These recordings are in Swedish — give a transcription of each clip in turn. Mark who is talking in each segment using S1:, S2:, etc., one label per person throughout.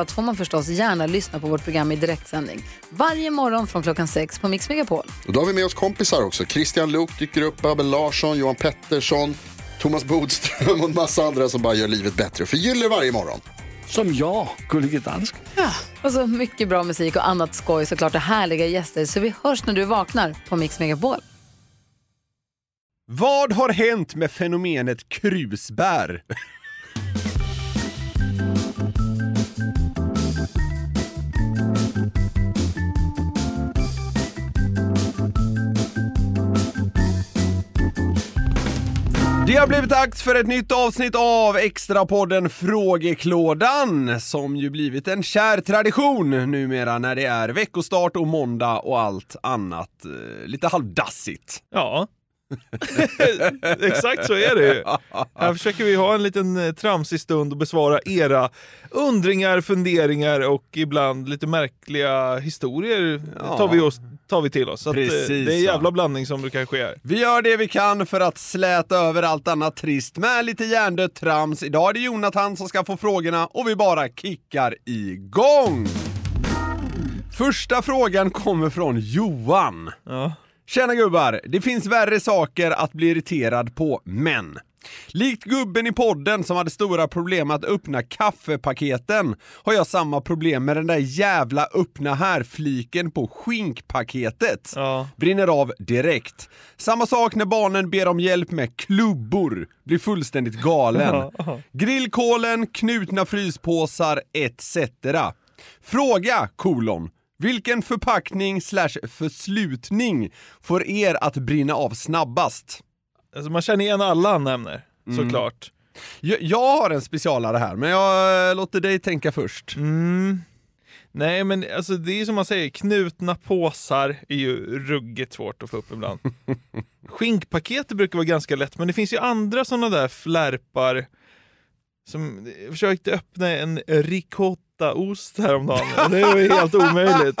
S1: allt får man förstås gärna lyssna på vårt program i direktsändning. Varje morgon från klockan sex på Mix Megapol.
S2: Och då har vi med oss kompisar också. Christian Luuk dyker upp, Abel Larsson, Johan Pettersson, Thomas Bodström och en massa andra som bara gör livet bättre och förgyller varje morgon.
S3: Som jag, Gullige Dansken.
S1: Och så mycket bra musik och annat skoj såklart och härliga gäster. Så vi hörs när du vaknar på Mix Megapol.
S4: Vad har hänt med fenomenet krusbär? Det har blivit dags för ett nytt avsnitt av extrapodden Frågeklådan som ju blivit en kär tradition numera när det är veckostart och måndag och allt annat eh, lite halvdassigt.
S5: Ja. Exakt så är det ju. Här försöker vi ha en liten eh, tramsig stund och besvara era undringar, funderingar och ibland lite märkliga historier
S4: Ja.
S5: tar, vi oss, tar vi till oss. Så att, eh,
S4: Precis,
S5: det är en
S4: ja.
S5: jävla blandning som brukar ske här.
S4: Vi gör det vi kan för att släta över allt annat trist med lite hjärndött trams. Idag är det Jonathan som ska få frågorna och vi bara kickar igång! Första frågan kommer från Johan.
S5: Ja.
S4: Tjena gubbar! Det finns värre saker att bli irriterad på, men Likt gubben i podden som hade stora problem att öppna kaffepaketen har jag samma problem med den där jävla öppna här-fliken på skinkpaketet.
S5: Ja.
S4: Brinner av direkt. Samma sak när barnen ber om hjälp med klubbor. Blir fullständigt galen. Grillkolen, knutna fryspåsar etc. Fråga kolon. Vilken förpackning slash förslutning får er att brinna av snabbast?
S5: Alltså, man känner igen alla han nämner,
S4: Mm.
S5: såklart.
S4: Jag, jag har en specialare här, men jag eh, låter dig tänka först.
S5: Mm. Nej men alltså det är som man säger, knutna påsar är ju ruggigt svårt att få upp ibland. Skinkpaketet brukar vara ganska lätt men det finns ju andra sådana där flärpar som jag försökte öppna en ricottaost häromdagen och det var ju helt omöjligt.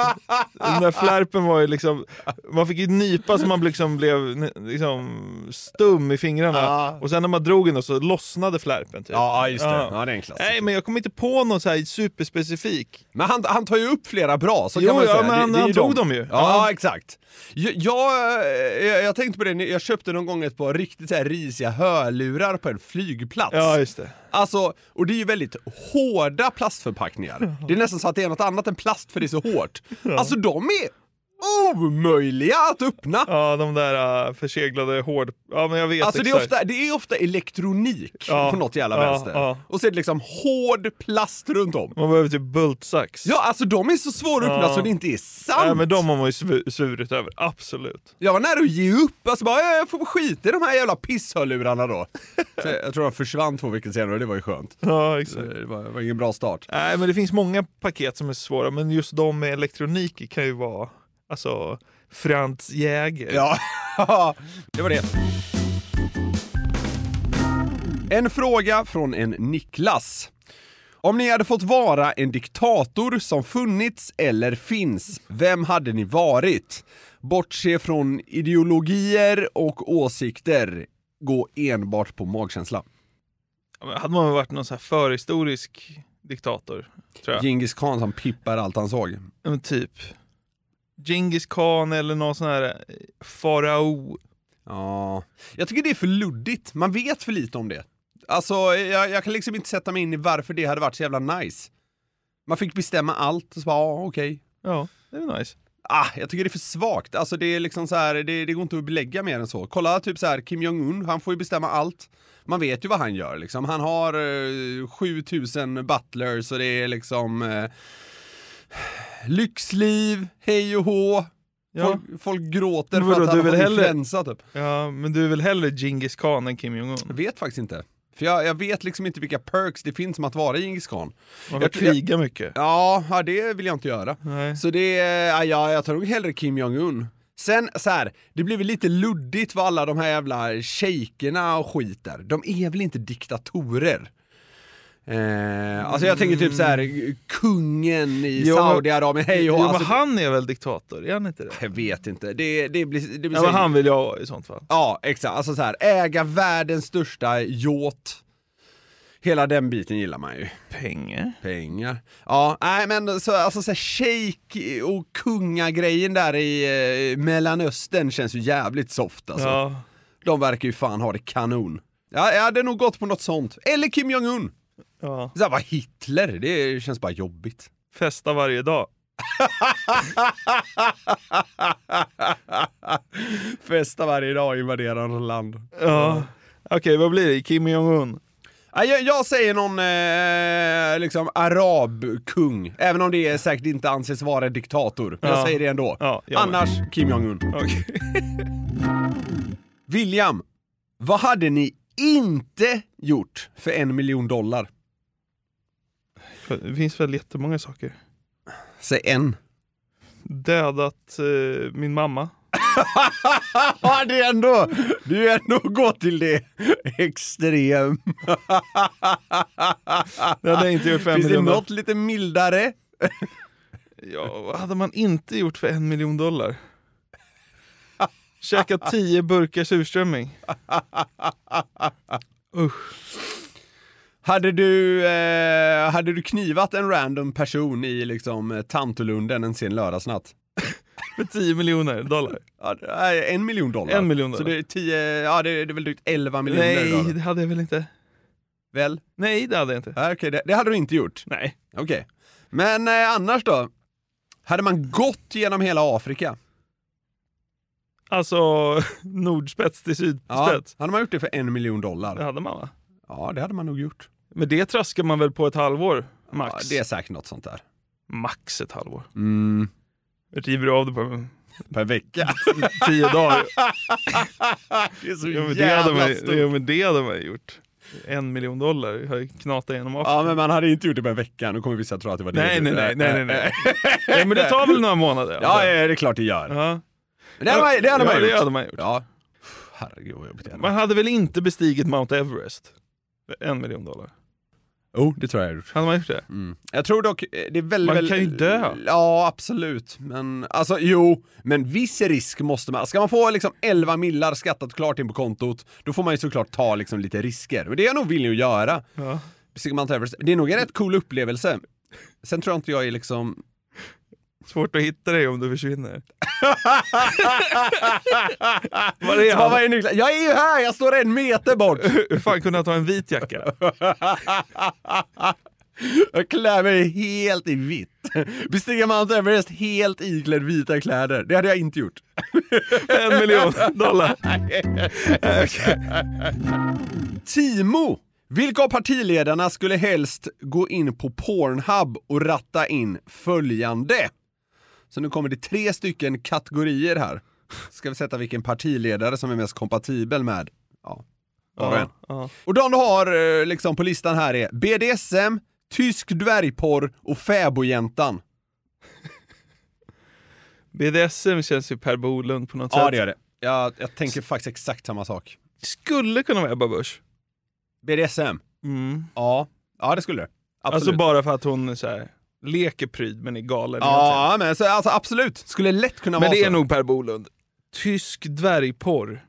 S5: Den där flärpen var ju liksom, man fick ju nypa så man liksom blev liksom stum i fingrarna
S4: Ja.
S5: och sen när man drog den då så lossnade flärpen. Typ.
S4: Ja, just det.
S5: Ja.
S4: Ja, det är en klassiker.
S5: Nej men jag kommer inte på någon så här superspecifik.
S4: Men han, han tar ju upp flera bra, så
S5: Jo,
S4: kan man
S5: ja,
S4: säga.
S5: men han-
S4: är
S5: han tog dem ju.
S4: Ja,
S5: Ja.
S4: exakt. Jag, jag, eh, jag tänkte på det, jag köpte någon gång ett par riktigt så här risiga hörlurar på en flygplats.
S5: Ja, just det.
S4: Alltså, och det är ju väldigt hårda plastförpackningar. Det är nästan så att det är något annat än plast för det är så hårt. Alltså de är omöjliga att öppna!
S5: Ja, de där äh, förseglade hård... Ja, men jag vet
S4: Alltså det är,
S5: exakt.
S4: ofta, det är ofta elektronik
S5: Ja,
S4: på något jävla
S5: ja,
S4: vänster.
S5: ja.
S4: Och så är det liksom hård plast runt om.
S5: Man behöver typ bultsax.
S4: Ja, alltså de är så svåra att öppna
S5: Ja.
S4: så det inte är sant!
S5: Nej, men de har man ju svu- svurit över, absolut.
S4: Jag var nära att ge upp, alltså bara, jag får skita i de här jävla pisshörlurarna då. Så jag tror de försvann två veckor senare och det var ju skönt.
S5: Ja,
S4: Så
S5: exakt.
S4: Det var, det var ingen bra start.
S5: Nej, men det finns många paket som är svåra, men just de med elektronik kan ju vara... Alltså, Franz Jäger.
S4: Ja, det var det. En fråga från en Niklas. Om ni hade fått vara en diktator som funnits eller finns, vem hade ni varit? Bortse från ideologier och åsikter. Gå enbart på magkänsla.
S5: Ja, men Hade man varit någon så här förhistorisk diktator, tror jag.
S4: Djingis khan som pippar allt han såg.
S5: Ja, men typ. Genghis khan eller någon sån här eh, farao.
S4: Ja. Jag tycker det är för luddigt. Man vet för lite om det. Alltså, jag, jag kan liksom inte sätta mig in i varför det hade varit så jävla nice. Man fick bestämma allt och så bara, ja, okej.
S5: Ja, det är väl nice.
S4: Ah, jag tycker det är för svagt. Alltså det är liksom så här, det, det går inte att belägga mer än så. Kolla typ så här, Kim Jong-Un, han får ju bestämma allt. Man vet ju vad han gör liksom. Han har eh, 7000 butlers och det är liksom eh, lyxliv, hej och hå.
S5: Ja.
S4: Folk, folk gråter för
S5: Men vadå,
S4: att han
S5: du
S4: har
S5: vill
S4: fått
S5: hellre-
S4: influensa typ.
S5: Ja, men du är väl hellre Genghis khan än Kim Jong-Un?
S4: Jag vet faktiskt inte. För jag, jag vet liksom inte vilka perks det finns med att vara Djingis khan.
S5: Man får
S4: Jag- jag-
S5: kriga mycket.
S4: Ja, ja, det vill jag inte göra.
S5: Nej.
S4: Så det, ja, jag, jag tar nog hellre Kim Jong-Un. Sen så här, det blir väl lite luddigt vad alla de här jävla shejkerna och skit där. De är väl inte diktatorer? Eh, alltså jag tänker typ så här, kungen i
S5: Jo, men-
S4: Saudiarabien, hej och
S5: jo,
S4: alltså,
S5: men han är väl diktator? Är han inte det?
S4: Jag vet inte, det, det blir... Det blir
S5: Ja,
S4: så-
S5: men han vill jag ha i sånt fall.
S4: Ja, exakt. Alltså så här, äga världens största yacht. Hela den biten gillar man ju.
S5: Pengar?
S4: Pengar. Ja, nej men så, alltså så här, shejk och kungagrejen där i eh, Mellanöstern känns ju jävligt soft alltså.
S5: Ja.
S4: De verkar ju fan ha det kanon. Ja, jag hade nog gått på något sånt. Eller Kim Jong-Un.
S5: ja.
S4: Så här, vad Hitler, det känns bara jobbigt.
S5: Festa varje dag.
S4: Festa varje dag och invadera andra land.
S5: Ja. Okej, vad blir det? Kim Jong-Un?
S4: Ja, Jag, jag säger någon eh, liksom arabkung, även om det säkert inte anses vara diktator. Men Jag
S5: Ja.
S4: säger det ändå.
S5: Ja, jag med.
S4: Annars Kim Jong-Un.
S5: Okej.
S4: William, vad hade ni inte gjort för en miljon dollar?
S5: Det finns väl jättemånga saker.
S4: Säg en.
S5: Dödat eh, min mamma.
S4: Ja, det är ändå, du är ändå gå till det extrem.
S5: Det hade jag inte gjort för en
S4: Finns det
S5: miljon dollar.
S4: något lite mildare?
S5: Ja, vad hade man inte gjort för en miljon dollar? Käka tio burkar surströmming.
S4: Hade du, eh, hade du knivat en random person i liksom eh, Tantolunden en sen lördagsnatt?
S5: För 10 miljoner dollar.
S4: Ja, det är en miljon dollar.
S5: En miljon dollar.
S4: Så det är tio, ja det är, det är väl drygt 11 miljoner
S5: Nej,
S4: dollar.
S5: det hade jag väl inte.
S4: Väl?
S5: Nej, det hade jag inte.
S4: Ja, Okej, det, det hade du inte gjort.
S5: Nej.
S4: Okej. Men eh, annars då? Hade man gått genom hela Afrika?
S5: Alltså, nordspets till sydspets.
S4: Hade man gjort det för en miljon dollar?
S5: Det
S4: Ja.
S5: hade man va?
S4: det hade man nog gjort.
S5: Men det traskar man väl på ett halvår?
S4: Ja,
S5: Max.
S4: det är säkert något sånt där.
S5: Max ett halvår.
S4: Mm.
S5: Jag river av det på
S4: Per vecka.
S5: tio dagar.
S4: det är så
S5: Jo, men det hade
S4: jävla
S5: man,
S4: stort.
S5: jo, men det hade man ju gjort. En miljon dollar, jag har ju knatat igenom Afrika.
S4: Ja, men man hade inte gjort det på en vecka. Nu kommer vissa att tro att det var det.
S5: Nej,
S4: du-
S5: nej, nej,
S4: Eh,
S5: nej, nej, nej. Ja, men det tar väl några månader? alltså.
S4: Ja, ja, det är klart det gör.
S5: ja.
S4: Men Det hade man, det hade
S5: ja,
S4: man gjort.
S5: det hade man gjort.
S4: Ja. Herregud vad jobbigt det hade
S5: Man hade väl inte bestigit Mount Everest? För En miljon dollar.
S4: Jo, det tror jag jag hade gjort.
S5: Hade man gjort det?
S4: Jag tror dock, eh, det är väldigt...
S5: Man
S4: väldigt-
S5: kan ju dö.
S4: Ja, absolut. Men alltså, jo, men viss risk måste man... Ska man få liksom 11 millar skattat klart in på kontot, då får man ju såklart ta liksom lite risker. Och det är jag nog villig att göra.
S5: Ja.
S4: Bestiga Mount Everest. Det är nog en rätt cool upplevelse. Sen tror jag inte jag är liksom...
S5: Svårt att hitta dig om du försvinner. Var är
S4: Så vad
S5: han?
S4: är nyckeln? Jag är ju här, jag står en meter bort!
S5: Hur fan kunde han ta en vit jacka?
S4: Jag klär mig helt i vitt. Bestiga Mount Everest helt iklädd vita kläder. Det hade jag inte gjort.
S5: En miljon dollar.
S4: Timo! Vilka av partiledarna skulle helst gå in på Pornhub och ratta in följande? Så nu kommer det tre stycken kategorier här. Ska vi sätta vilken partiledare som är mest kompatibel med? Ja, var och en.
S5: ja.
S4: Och de du har eh, liksom på listan här är BDSM, tysk dvärgporr och fäbodjäntan.
S5: BDSM känns ju Per Bolund på något
S4: Ja,
S5: sätt.
S4: det gör det. Jag, jag tänker faktiskt exakt samma sak.
S5: Skulle kunna vara Ebba Busch.
S4: BDSM?
S5: Mm.
S4: Ja, ja det skulle det. Absolut.
S5: Alltså bara för att hon är så här, leker pryd men är galen egentligen.
S4: Ja, men så, alltså, absolut. Skulle lätt kunna
S5: Men
S4: vara
S5: det
S4: så.
S5: är nog Per Bolund. Tysk dvärgporr.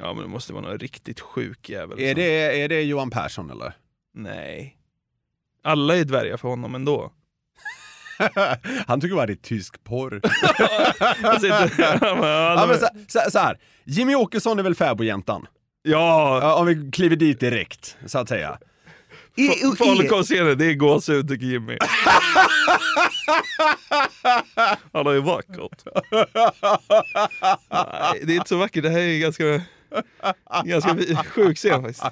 S5: Ja men det måste vara någon riktigt sjuk jävel.
S4: Är
S5: som-
S4: det, är det Johan Persson eller?
S5: Nej. Alla är dvärgar för honom ändå.
S4: Han tycker bara det är tysk porr.
S5: Alltså, inte- ja, men,
S4: ja, men så,
S5: ja,
S4: så, så här. Jimmy Åkesson är väl fäbodjäntan?
S5: ja,
S4: Ja, om vi kliver dit direkt, så att säga.
S5: fo- folk har sett det, det är gåshud tycker Jimmy. Han har ju vackert. Nej, det är inte så vackert, det här är ganska, ganska vi- sjuk scen faktiskt.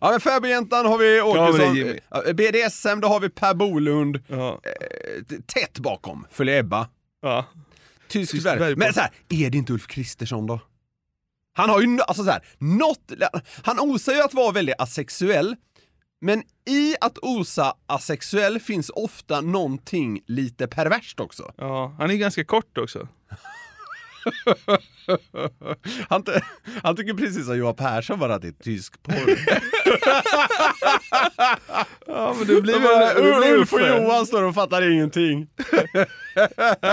S4: Ja, men fäbodjäntan har vi Åkesson.
S5: det är Jimmy.
S4: Ja, BDSM, då har vi Per Bolund.
S5: Ja,
S4: Eh, t- Tätt bakom, följer Ebba.
S5: ja.
S4: Tysk
S5: Tysk
S4: Sverige.
S5: dvärgporr.
S4: Men så här, är det inte Ulf Kristersson då? Han har ju n- alltså så här, något, han osar ju att vara väldigt asexuell, men i att osa asexuell finns ofta någonting lite perverst också.
S5: Ja, han är ganska kort också.
S4: Han, ty- han tycker precis som Johan Persson bara att det är tysk porr.
S5: Ja, men det blir
S4: Det bara,
S5: väl... det blir
S4: Ulf och
S5: Uffe.
S4: Johan står och fattar ingenting.
S5: Ja,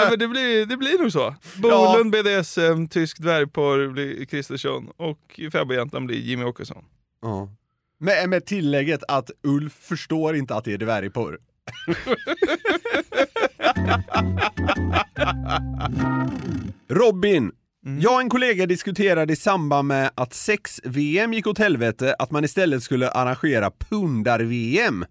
S5: men det, blir, det blir nog så. Bolund, BDSM, tysk dvärgporr blir Kristersson och Fäbodjäntan blir Jimmy Åkesson.
S4: Med, med tillägget att Ulf förstår inte att det är dvärgporr. Robin, jag och en kollega diskuterade i samband med att sex-VM gick åt helvete att man istället skulle arrangera pundar-VM.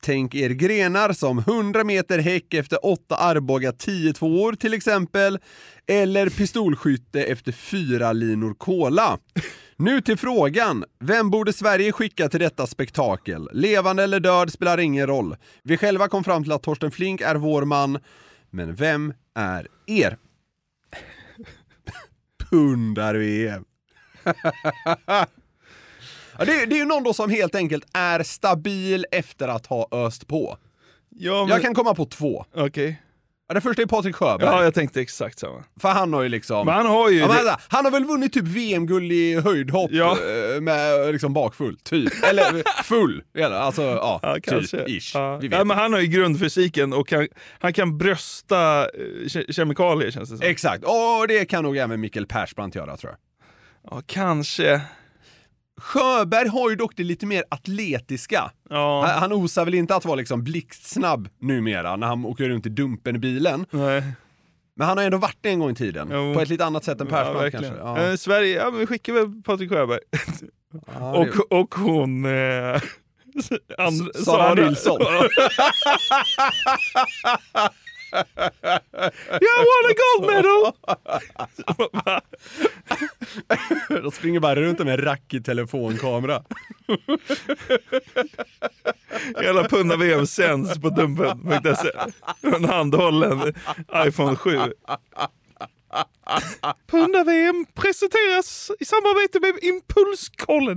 S4: Tänk er grenar som 100 meter häck efter 8 Arboga 10 tvåor till exempel, eller pistolskytte efter 4 linor cola. Nu till frågan. Vem borde Sverige skicka till detta spektakel? Levande eller död spelar ingen roll. Vi själva kom fram till att Torsten Flink är vår man, men vem är er? Pundar-VM. ja, det, är- det är ju någon då som helt enkelt är stabil efter att ha öst på.
S5: Ja,
S4: Jag kan komma på två.
S5: Okej.
S4: Ja, Den första är Patrik Sjöberg,
S5: Ja, jag tänkte exakt samma.
S4: för han har ju liksom...
S5: Men han har ju...
S4: Ja, men vänta, han har väl vunnit typ VM-guld i höjdhopp
S5: Ja.
S4: eh, med liksom bakfull, typ. Eller full, eller, alltså ja,
S5: Ja, kanske.
S4: typ, ish.
S5: Ja.
S4: Vi vet.
S5: Ja, men han har ju grundfysiken och kan, han kan brösta eh, ke- kemikalier känns det som.
S4: Exakt, och det kan nog även Mikael Persbrandt göra tror jag.
S5: ja, kanske.
S4: Sjöberg har ju dock det lite mer atletiska.
S5: Ja.
S4: Han, han osar väl inte att vara liksom blixtsnabb numera när han åker runt i Dumpen-bilen.
S5: Nej.
S4: Men han har ändå varit det en gång i tiden.
S5: Jo.
S4: På ett lite annat sätt än
S5: Ja,
S4: Persbrandt
S5: verkligen.
S4: kanske. Ja.
S5: Eh, Sverige, ja, men vi skickar väl Patrik Sjöberg.
S4: Ja, det-
S5: och, och hon... Eh, and-
S4: S- Sara Nilsson.
S5: yeah, I won a gold medal!
S4: De springer bara runt med en rackig telefonkamera.
S5: Hela pundar-VM sänds på dumpen.se. En E. handhållen iPhone 7. Pundar-VM presenteras i samarbete med Impulskollen.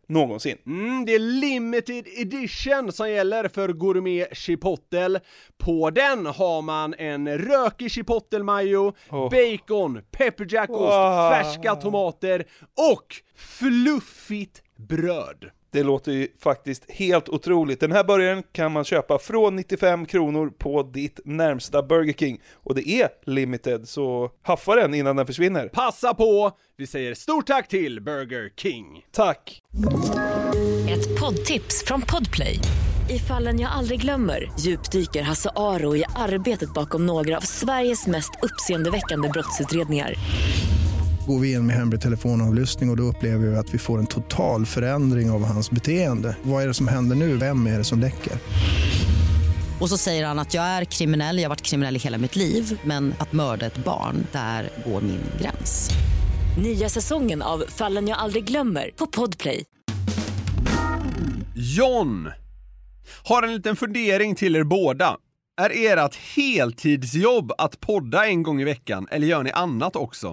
S5: någonsin.
S4: Mm, det är limited edition som gäller för gourmet chipotle. På den har man en rökig chipotle-majo, bacon, pepperjackost,
S5: Wow.
S4: färska tomater och fluffigt bröd.
S5: Det låter ju faktiskt helt otroligt. Den här burgaren kan man köpa från 95 kronor på ditt närmsta Burger King. Och det är limited, så haffa den innan den försvinner.
S4: Passa på! Vi säger stort tack till Burger King.
S5: Tack!
S6: Ett poddtips från Podplay. I fallen jag aldrig glömmer djupdyker Hasse Aro i arbetet bakom några av Sveriges mest uppseendeväckande brottsutredningar.
S7: går vi in med hemlig telefonavlyssning och, och då upplever vi att vi får en total förändring av hans beteende. Vad är det som händer nu? Vem är det som läcker?
S8: Och så säger han att jag är kriminell, jag har varit kriminell i hela mitt liv men att mörda ett barn, där går min gräns.
S6: Nya säsongen av Fallen jag aldrig glömmer på Podplay.
S4: John har en liten fundering till er båda. Är ert heltidsjobb att podda en gång i veckan, eller gör ni annat också?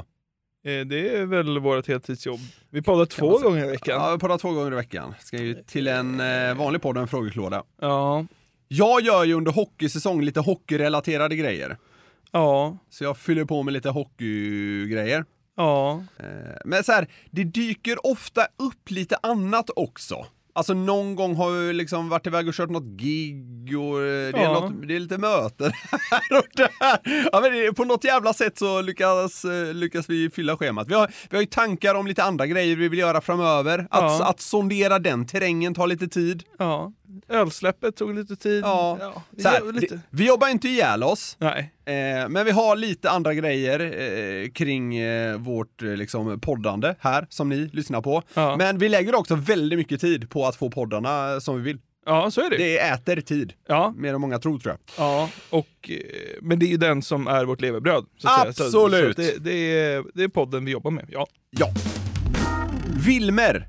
S5: Eh, Det är väl vårt heltidsjobb. Vi poddar två gånger i veckan.
S4: Ja, vi poddar två gånger i veckan. Ska ju till en eh, vanlig podd och en frågeklåda.
S5: Ja.
S4: Jag gör ju under hockeysäsong lite hockeyrelaterade grejer.
S5: Ja.
S4: Så jag fyller på med lite hockeygrejer.
S5: Ja.
S4: Eh, Men så här, det dyker ofta upp lite annat också. Alltså någon gång har vi liksom varit iväg och kört något gig och eh, det är,
S5: Ja.
S4: något, det är lite möten här och där. Ja, men det, är- på något jävla sätt så lyckas, eh, lyckas vi fylla schemat. Vi har, vi har ju tankar om lite andra grejer vi vill göra framöver. Att,
S5: Ja.
S4: att sondera den terrängen tar lite tid.
S5: ja. Ölsläppet tog lite tid.
S4: Ja.
S5: det
S4: Så här,
S5: gör lite.
S4: det, vi jobbar inte ihjäl oss.
S5: Nej.
S4: Eh, men vi har lite andra grejer eh, kring eh, vårt eh, liksom, poddande här som ni lyssnar på.
S5: Ja.
S4: Men vi lägger också väldigt mycket tid på att få poddarna eh, som vi vill.
S5: ja, så är det.
S4: Det äter tid,
S5: Ja,
S4: mer än många tror tror jag.
S5: ja. Och, eh, men det är ju den som är vårt levebröd. Så att säga. Så,
S4: Absolut.
S5: så att det, det, är, det är podden vi jobbar med. Ja.
S4: Ja. Wilmer!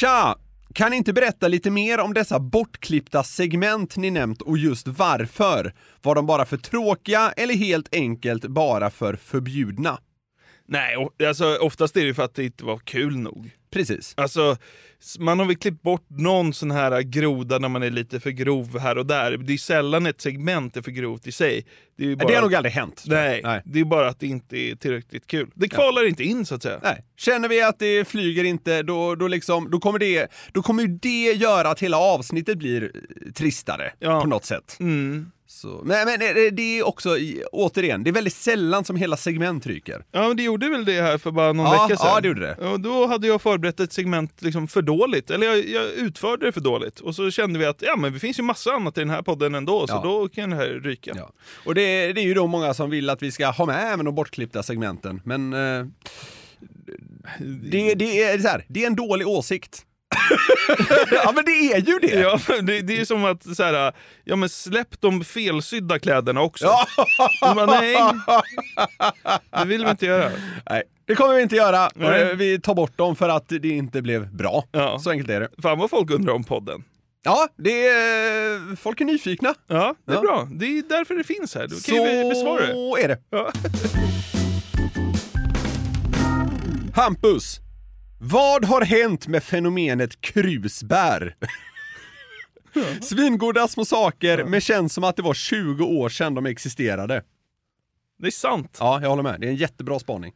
S4: Tja! Kan ni inte berätta lite mer om dessa bortklippta segment ni nämnt och just varför? Var de bara för tråkiga eller helt enkelt bara för förbjudna?
S5: Nej, och- alltså, oftast är det ju för att det inte var kul nog.
S4: Precis.
S5: Alltså, s- man har väl klippt bort någon sån här groda när man är lite för grov här och där. Det är ju sällan ett segment är för grovt i sig. Det är, ju bara,
S4: Det har nog aldrig hänt. tror jag.
S5: nej, det är bara att det inte är tillräckligt kul. Det kvalar inte in så att säga.
S4: Nej. Känner vi att det flyger inte, då, då, liksom, då, kommer det, då kommer ju det göra att hela avsnittet blir eh, tristare
S5: Ja.
S4: på något sätt.
S5: Mm.
S4: Så, men, men eh, det är också, i- återigen, det är väldigt sällan som hela segment ryker.
S5: Ja, men det gjorde väl det här för bara någon
S4: Ja,
S5: vecka sedan?
S4: ja, det gjorde det.
S5: Och då hade jag förberett ett segment liksom för dåligt, eller jag, jag utförde det för dåligt. Och så kände vi att ja, men det finns ju massa annat i den här podden ändå, så
S4: Ja.
S5: då kan det här ryka.
S4: Ja. Och det, det är ju då många som vill att vi ska ha med även de bortklippta segmenten, men eh, det, det, är, så här, det är en dålig åsikt. ja men det är ju det!
S5: Ja, det, det är som att så här, ja, men släpp de felsydda kläderna också.
S4: Ja.
S5: Och man, nej, det vill vi inte göra.
S4: Nej, det kommer vi inte göra.
S5: Nej.
S4: Eh, Vi tar bort dem för att det inte blev bra.
S5: Ja.
S4: Så enkelt är det.
S5: Fan vad folk undrar om podden.
S4: Ja, det är, eh, folk är nyfikna.
S5: Ja, det är
S4: Ja.
S5: bra. Det är därför det finns här. Då kan ju vi besvara det.
S4: Så är det.
S5: Ja.
S4: Hampus, vad har hänt med fenomenet krusbär? Svingoda små saker, men känns som att det var 20 år sedan de existerade.
S5: Det är sant.
S4: Ja, jag håller med. Det är en jättebra spaning.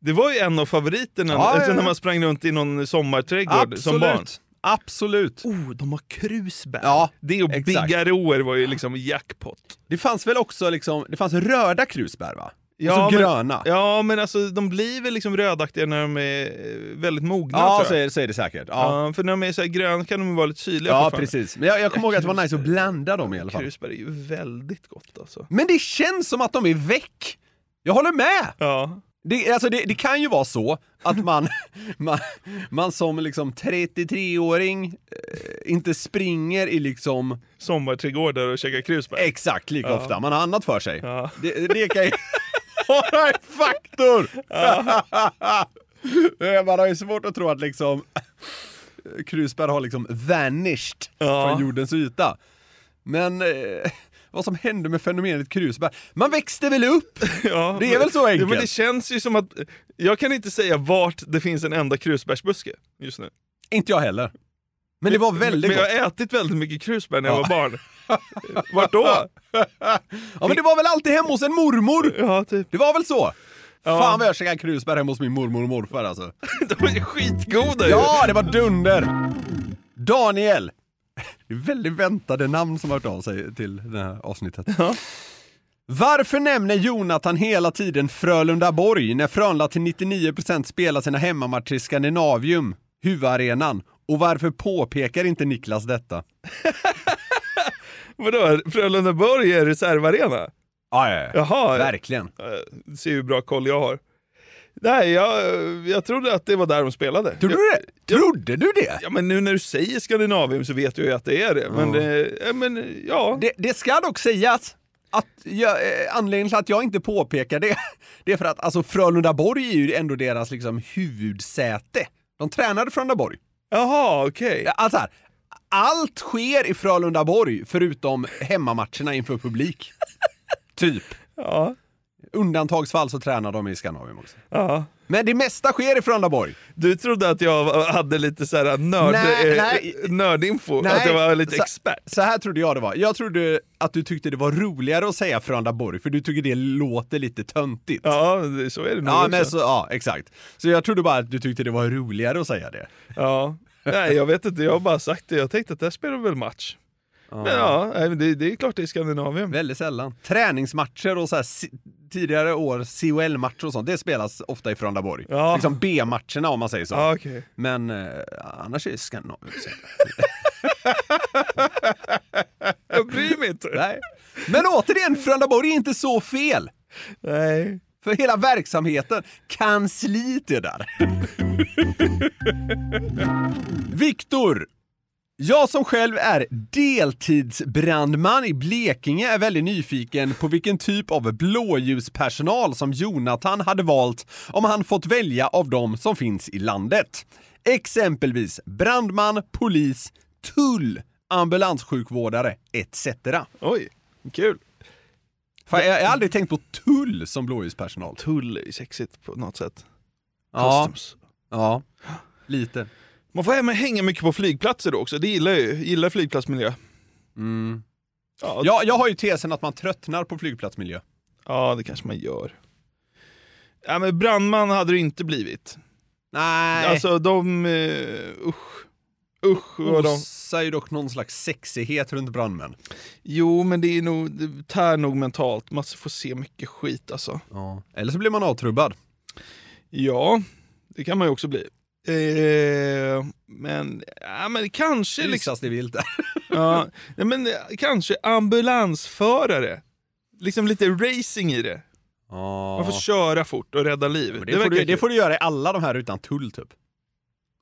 S5: Det var ju en av favoriterna
S4: Ja, ja,
S5: alltså,
S4: ja.
S5: när man sprang runt i någon sommarträdgård som barn.
S4: Absolut.
S5: Oh, de har krusbär.
S4: Ja,
S5: det och
S4: exakt.
S5: bigarråer var ju liksom jackpot.
S4: Det fanns väl också liksom, det fanns röda krusbär va?
S5: Ja,
S4: och så
S5: men-
S4: gröna.
S5: Ja, men alltså de blir väl liksom rödaktiga när de är eh, väldigt mogna.
S4: Ja,
S5: tror
S4: så
S5: jag.
S4: är, så är det säkert. Ja,
S5: Ja. för när de är så här gröna kan de ju vara lite syrliga
S4: ja
S5: fortfarande.
S4: precis. Men jag, jag kommer ihåg att det var nice att blanda dem i alla fall.
S5: Krusbär är ju väldigt gott alltså.
S4: Men det känns som att de är väck! Jag håller med!
S5: Ja.
S4: Det, alltså det, det kan ju vara så att man, man, man som liksom 33-åring eh, inte springer i liksom
S5: Sommarträdgårdar och käka krusbär.
S4: exakt lika
S5: Ja.
S4: ofta, man har annat för sig.
S5: Ja.
S4: Det, det kan ju vara en faktor! man har ju svårt att tro att liksom krusbär har liksom vanished
S5: Ja.
S4: från jordens yta. Men eh, vad som hände med fenomenet krusbär? Man växte väl upp?
S5: Ja,
S4: Det är väl så
S5: men-
S4: enkelt?
S5: Ja, men det känns ju som att... Jag kan inte säga vart det finns en enda krusbärsbuske just nu.
S4: Inte jag heller. Men det var väldigt
S5: Men
S4: gott.
S5: jag har ätit väldigt mycket krusbär när jag
S4: Ja.
S5: var barn. Vart då?
S4: Ja men det var väl alltid hemma hos en mormor?
S5: Ja, typ.
S4: Det var väl så?
S5: Ja.
S4: Fan vad jag käkade krusbär hemma hos min mormor och morfar alltså.
S5: De är ju skitgoda
S4: Ja, det var dunder! Daniel! Det är väldigt väntade namn som har hört av sig till det här avsnittet. Varför nämner Jonathan hela tiden Frölundaborg när Frölunda till 99% spelar sina hemmamatcher i Skandinavium, huvudarenan? Och varför påpekar inte Niklas detta?
S5: ju. Vadå, Frölundaborg är reservarena?
S4: Ja, Ah, ja, ja.
S5: Jaha,
S4: Verkligen.
S5: eh, ser ju hur bra koll jag har. Nej, jag, eh, jag trodde att det var där de spelade.
S4: Trodde du det? Trodde du det?
S5: Ja, men nu när du säger Skandinavium så vet jag ju att det är det. Men, eh, eh, men eh, ja.
S4: Det, det ska dock sägas att jag, eh, anledningen till att jag inte påpekar det, det är för att alltså, Frölundaborg är ju ändå deras liksom, huvudsäte. De tränade Frölundaborg.
S5: Jaha, okej.
S4: Ja, Alltså, här, allt sker i Frölundaborg förutom hemmamatcherna inför publik. typ.
S5: Ja.
S4: Undantagsfall så tränar de i Skandinavien också.
S5: Ja.
S4: Men det mesta sker i Frölundaborg.
S5: Du trodde att jag hade lite så här nörd,
S4: Nej,
S5: eh,
S4: nej.
S5: nördinfo,
S4: Nej.
S5: att jag var lite
S4: Så-
S5: expert.
S4: Så här trodde jag det var. Jag trodde att du tyckte det var roligare att säga Frölundaborg, för du tycker det låter lite töntigt.
S5: Ja, det- så är det nog
S4: Ja,
S5: också.
S4: men så, ja, exakt. Så jag trodde bara att du tyckte det var roligare att säga det.
S5: Ja. Nej, jag vet inte. Jag har bara sagt det. Jag tänkte att där spelar väl match. Men ja, nej, men det, det är klart det är Skandinavien.
S4: Väldigt sällan. Träningsmatcher och så här, si- tidigare år CHL-matcher och sånt, det spelas ofta i Frölundaborg.
S5: Ja.
S4: Liksom B-matcherna om man säger så.
S5: Ja, okej.
S4: Men eh, annars är det Skandinavien.
S5: Jag bryr mig inte.
S4: Nej. Men återigen, Frölundaborg är inte så fel!
S5: Nej.
S4: För hela verksamheten, kansliet är där. Viktor! Jag som själv är deltidsbrandman i Blekinge är väldigt nyfiken på vilken typ av blåljuspersonal som Jonathan hade valt om han fått välja av de som finns i landet. Exempelvis brandman, polis, tull, ambulanssjukvårdare etc.
S5: Oj, kul.
S4: Fan, jag, jag har aldrig tänkt på tull som blåljuspersonal.
S5: Tull är sexigt på något sätt.
S4: Ja.
S5: Customs.
S4: Ja, lite.
S5: Man får hemma hänga mycket på flygplatser då också. Det gillar jag ju. Gillar flygplatsmiljö. Ja, ja.
S4: Jag, Mm. jag har ju tesen att man tröttnar på flygplatsmiljö.
S5: det kanske man gör. Ja, men brandman hade det inte blivit.
S4: Nej,
S5: Alltså de... Eh, usch. Usch vad de...
S4: osar ju dock någon slags sexighet runt brandmän.
S5: Jo, men det är nog... Det tär nog mentalt. Man får se mycket skit alltså.
S4: Eller så blir man avtrubbad.
S5: Ja, det kan man ju också bli. Eh, men, ja, men kanske
S4: Det
S5: liksom...
S4: liksom... det vilt där.
S5: Ja, nej, men eh, kanske ambulansförare. Liksom lite racing i det. Man får köra fort och rädda liv.
S4: Men det, får du,
S5: verkar
S4: det
S5: kul.
S4: får du göra i alla de här utan tull typ.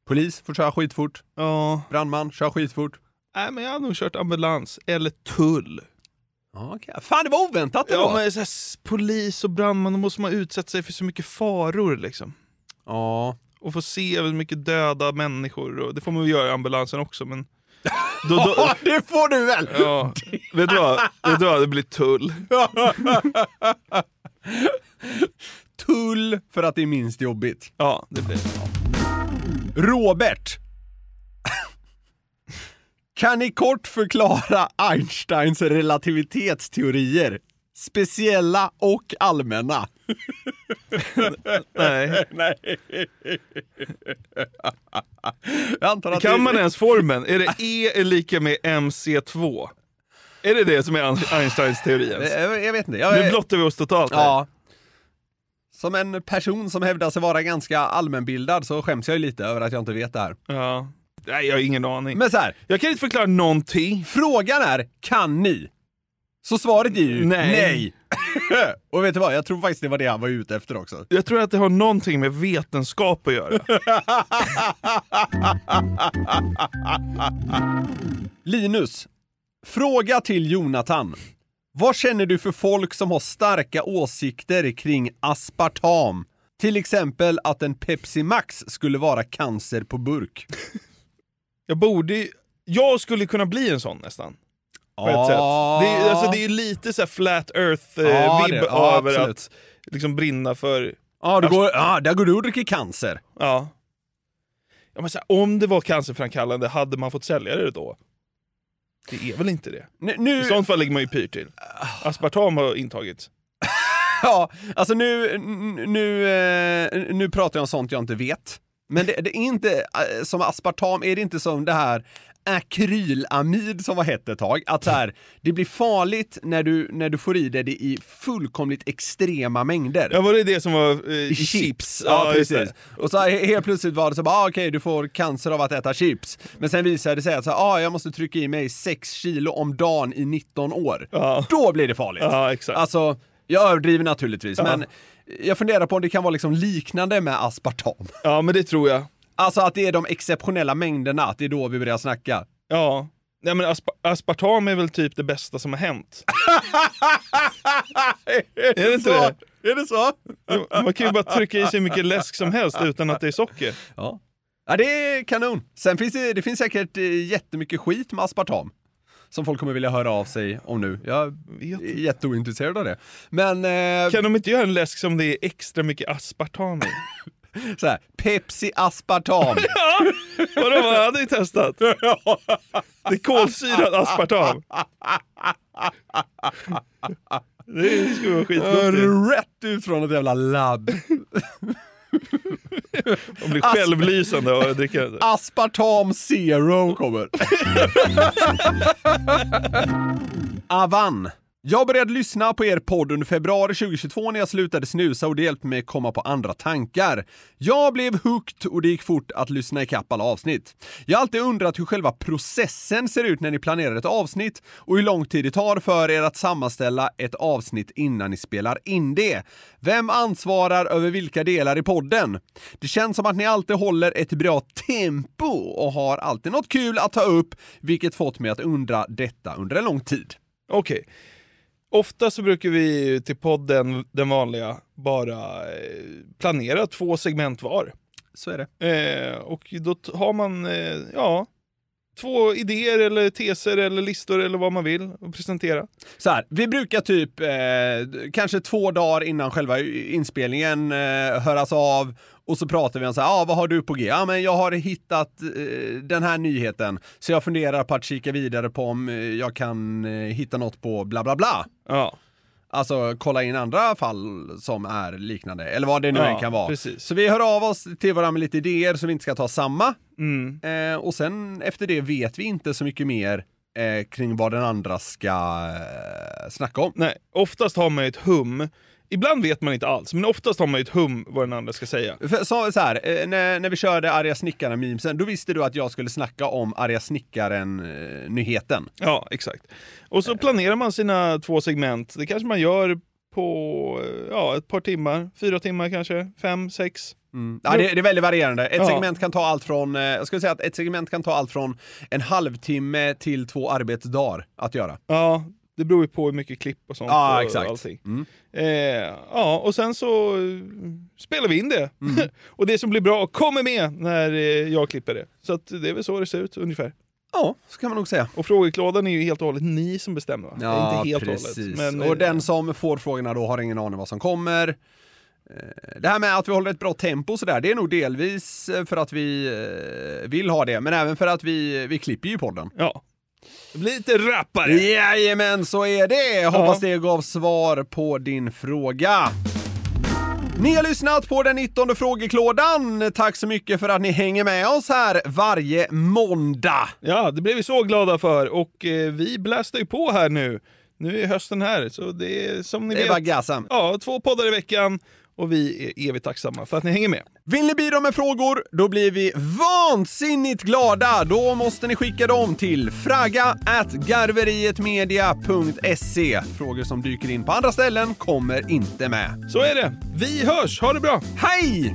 S4: Polis får köra skitfort,
S5: Ja.
S4: brandman kör skitfort.
S5: Nej, men jag hade nog kört ambulans eller tull.
S4: Ja, okej. Fan, det var oväntat
S5: Ja,
S4: ändå.
S5: men så här, s- polis och brandman, då måste man utsätta sig för så mycket faror liksom.
S4: Ja.
S5: Och få se hur mycket döda människor. Och det får man väl göra i ambulansen också, men... Då, då,
S4: det får du väl!
S5: ja, vet, du vad? vet du vad? Det blir tull.
S4: Tull för att det är minst jobbigt.
S5: Ja, det blir det.
S4: Robert! Kan ni kort förklara Einsteins relativitetsteorier? Speciella och allmänna.
S5: Nej.
S4: Jag antar att
S5: Kan
S4: det-
S5: man ens formen? Är det E är lika med MC2? Är det det som är Einsteins teori ens?
S4: Eh, Jag, jag vet inte. Jag,
S5: Nu blottar vi oss totalt här.
S4: ja. Som en person som hävdar sig vara ganska allmänbildad så skäms jag ju lite över att jag inte vet det här.
S5: Ja. Nej, jag har ingen aning.
S4: Men så här,
S5: jag kan inte förklara någonting.
S4: frågan är kan ni? Så svaret är ju
S5: Nej.
S4: nej. och vet du vad, jag tror faktiskt det var det han var ute efter också.
S5: Jag tror att det har någonting med vetenskap att göra.
S4: Linus, fråga till Jonathan. Vad känner du för folk som har starka åsikter kring aspartam? Till exempel att en Pepsi Max skulle vara cancer på burk.
S5: Jag borde ju- Jag skulle kunna bli en sån nästan. På ett
S4: Ja.
S5: sätt. Det, är, alltså, det är lite så här flat earth-vibb
S4: Ja, det- ja,
S5: över
S4: absolut.
S5: att liksom brinna för...
S4: Ja, du går, ja, där går du och dricker cancer.
S5: Ja. Ja, men så här, om det var cancerframkallande, hade man fått sälja det då? Det är väl inte det?
S4: Nu,
S5: I
S4: nu,
S5: sånt fall ligger man ju pyrt till. Aspartam har intagits.
S4: ja, alltså nu, nu, nu, eh, nu pratar jag om sånt jag inte vet. Men det, det är inte eh, som aspartam, är det inte som det här akrylamid som var hett ett tag? Att så här, det blir farligt när du, när du får i dig det i fullkomligt extrema mängder.
S5: Ja, var det det som var eh, i
S4: I
S5: chips?
S4: Ja,
S5: just
S4: precis.
S5: det.
S4: Och så he- helt plötsligt var det så bara, ah, okej, du får cancer av att äta chips. Men sen visade det sig att så, ah, jag måste trycka i mig 6 kilo om dagen i 19 år.
S5: Ja.
S4: Då blir det farligt.
S5: Ja, exakt.
S4: Alltså, jag överdriver naturligtvis,
S5: Ja.
S4: men jag funderar på om det kan vara liksom liknande med aspartam.
S5: Ja, men det tror jag.
S4: Alltså att det är de exceptionella mängderna, att det är då vi börjar snacka.
S5: Ja. Nej, men aspa- aspartam är väl typ det bästa som har hänt. är det inte
S4: så?
S5: det?
S4: Är det så?
S5: Man kan ju bara trycka i sig hur mycket läsk som helst utan att det är socker.
S4: Ja. Ja, det är kanon. Sen finns det, det finns säkert eh, jättemycket skit med aspartam. som folk kommer vilja höra av sig om nu. Jag är jätteointresserad av det. Men eh,
S5: Kan de inte göra en läsk som det är extra mycket aspartam i?
S4: så här, Pepsi aspartam.
S5: Vadå, vad hade vi testat? Det är kolsyrad aspartam. Det skulle vara skitgott.
S4: Rätt ut från ett jävla labb.
S5: Man blir självlysande av att dricka det.
S4: Aspartam Zero kommer. Avan. Jag började lyssna på er podd under februari 2022 när jag slutade snusa och det hjälpte mig komma på andra tankar. Jag blev hooked och det gick fort att lyssna ikapp alla avsnitt. Jag har alltid undrat hur själva processen ser ut när ni planerar ett avsnitt och hur lång tid det tar för er att sammanställa ett avsnitt innan ni spelar in det. Vem ansvarar över vilka delar i podden? Det känns som att ni alltid håller ett bra tempo och har alltid något kul att ta upp, vilket fått mig att undra detta under en lång tid.
S5: Okej. Ofta så brukar vi ju till podden, den vanliga, bara eh, planera två segment var.
S4: Så är det.
S5: Eh, och då t- har man, eh, ja, två idéer eller teser eller listor eller vad man vill att presentera.
S4: Så här, vi brukar typ eh, kanske två dagar innan själva inspelningen eh, höras av och så pratar vi om så här, ah, vad har du på G? Ja, ah, men jag har hittat eh, den här nyheten, så jag funderar på att kika vidare på om eh, jag kan eh, hitta något på bla bla bla.
S5: Ja.
S4: Alltså kolla in andra fall som är liknande, eller vad det nu
S5: Ja,
S4: än kan vara.
S5: precis.
S4: Så vi hör av oss till varandra med lite idéer så vi inte ska ta samma.
S5: Mm.
S4: Eh, och sen efter det vet vi inte så mycket mer eh, kring vad den andra ska eh, snacka om.
S5: Nej, oftast har man ju ett hum. Ibland vet man inte alls, men oftast har man ju ett hum vad den andra ska säga.
S4: För, så, så här, eh, när, när vi körde arga snickaren-memesen, då visste du att jag skulle snacka om arga snickaren-nyheten.
S5: Ja, exakt. Och
S4: Eh.
S5: så planerar man sina två segment. Det kanske man gör på eh, ja, ett par timmar. Fyra timmar kanske, fem, sex.
S4: Mm. Ja, det, det är väldigt varierande. Ett
S5: Ja.
S4: segment kan ta allt från, eh, jag skulle säga att ett segment kan ta allt från en halvtimme till två arbetsdagar att göra.
S5: Ja, det beror ju på hur mycket klipp och sånt.
S4: Ja,
S5: och
S4: exakt.
S5: Allting.
S4: Mm.
S5: Eh, ja, och sen så eh, spelar vi in det.
S4: Mm.
S5: och det som blir bra kommer med när eh, jag klipper det. Så att det är väl så det ser ut ungefär.
S4: Ja, så kan man nog säga.
S5: Och frågeklådan är ju helt och hållet ni som bestämmer va?
S4: Ja,
S5: inte helt och
S4: precis.
S5: hållet, men- eh,
S4: och den som får frågorna då har ingen aning vad som kommer. Eh, Det här med att vi håller ett bra tempo och sådär, det är nog delvis eh, för att vi eh, vill ha det, men även för att vi, vi klipper ju podden.
S5: Ja. Det blir lite rappare.
S4: Jajamän, så är det! Hoppas det gav svar på din fråga. Ni har lyssnat på den 19 frågeklådan. Tack så mycket för att ni hänger med oss här varje måndag.
S5: Ja, det blev vi så glada för och eh, vi blästar ju på här nu. Nu är hösten här, så det är som ni
S4: Det är bara
S5: vet.
S4: gasa.
S5: Ja, två poddar i veckan och vi är evigt tacksamma för att ni hänger med.
S4: Vill ni bidra med frågor? Då blir vi vansinnigt glada. Då måste ni skicka dem till fragga@garverietmedia.se. Frågor som dyker in på andra ställen kommer inte med.
S5: Så är det. Vi hörs, ha det bra!
S4: Hej!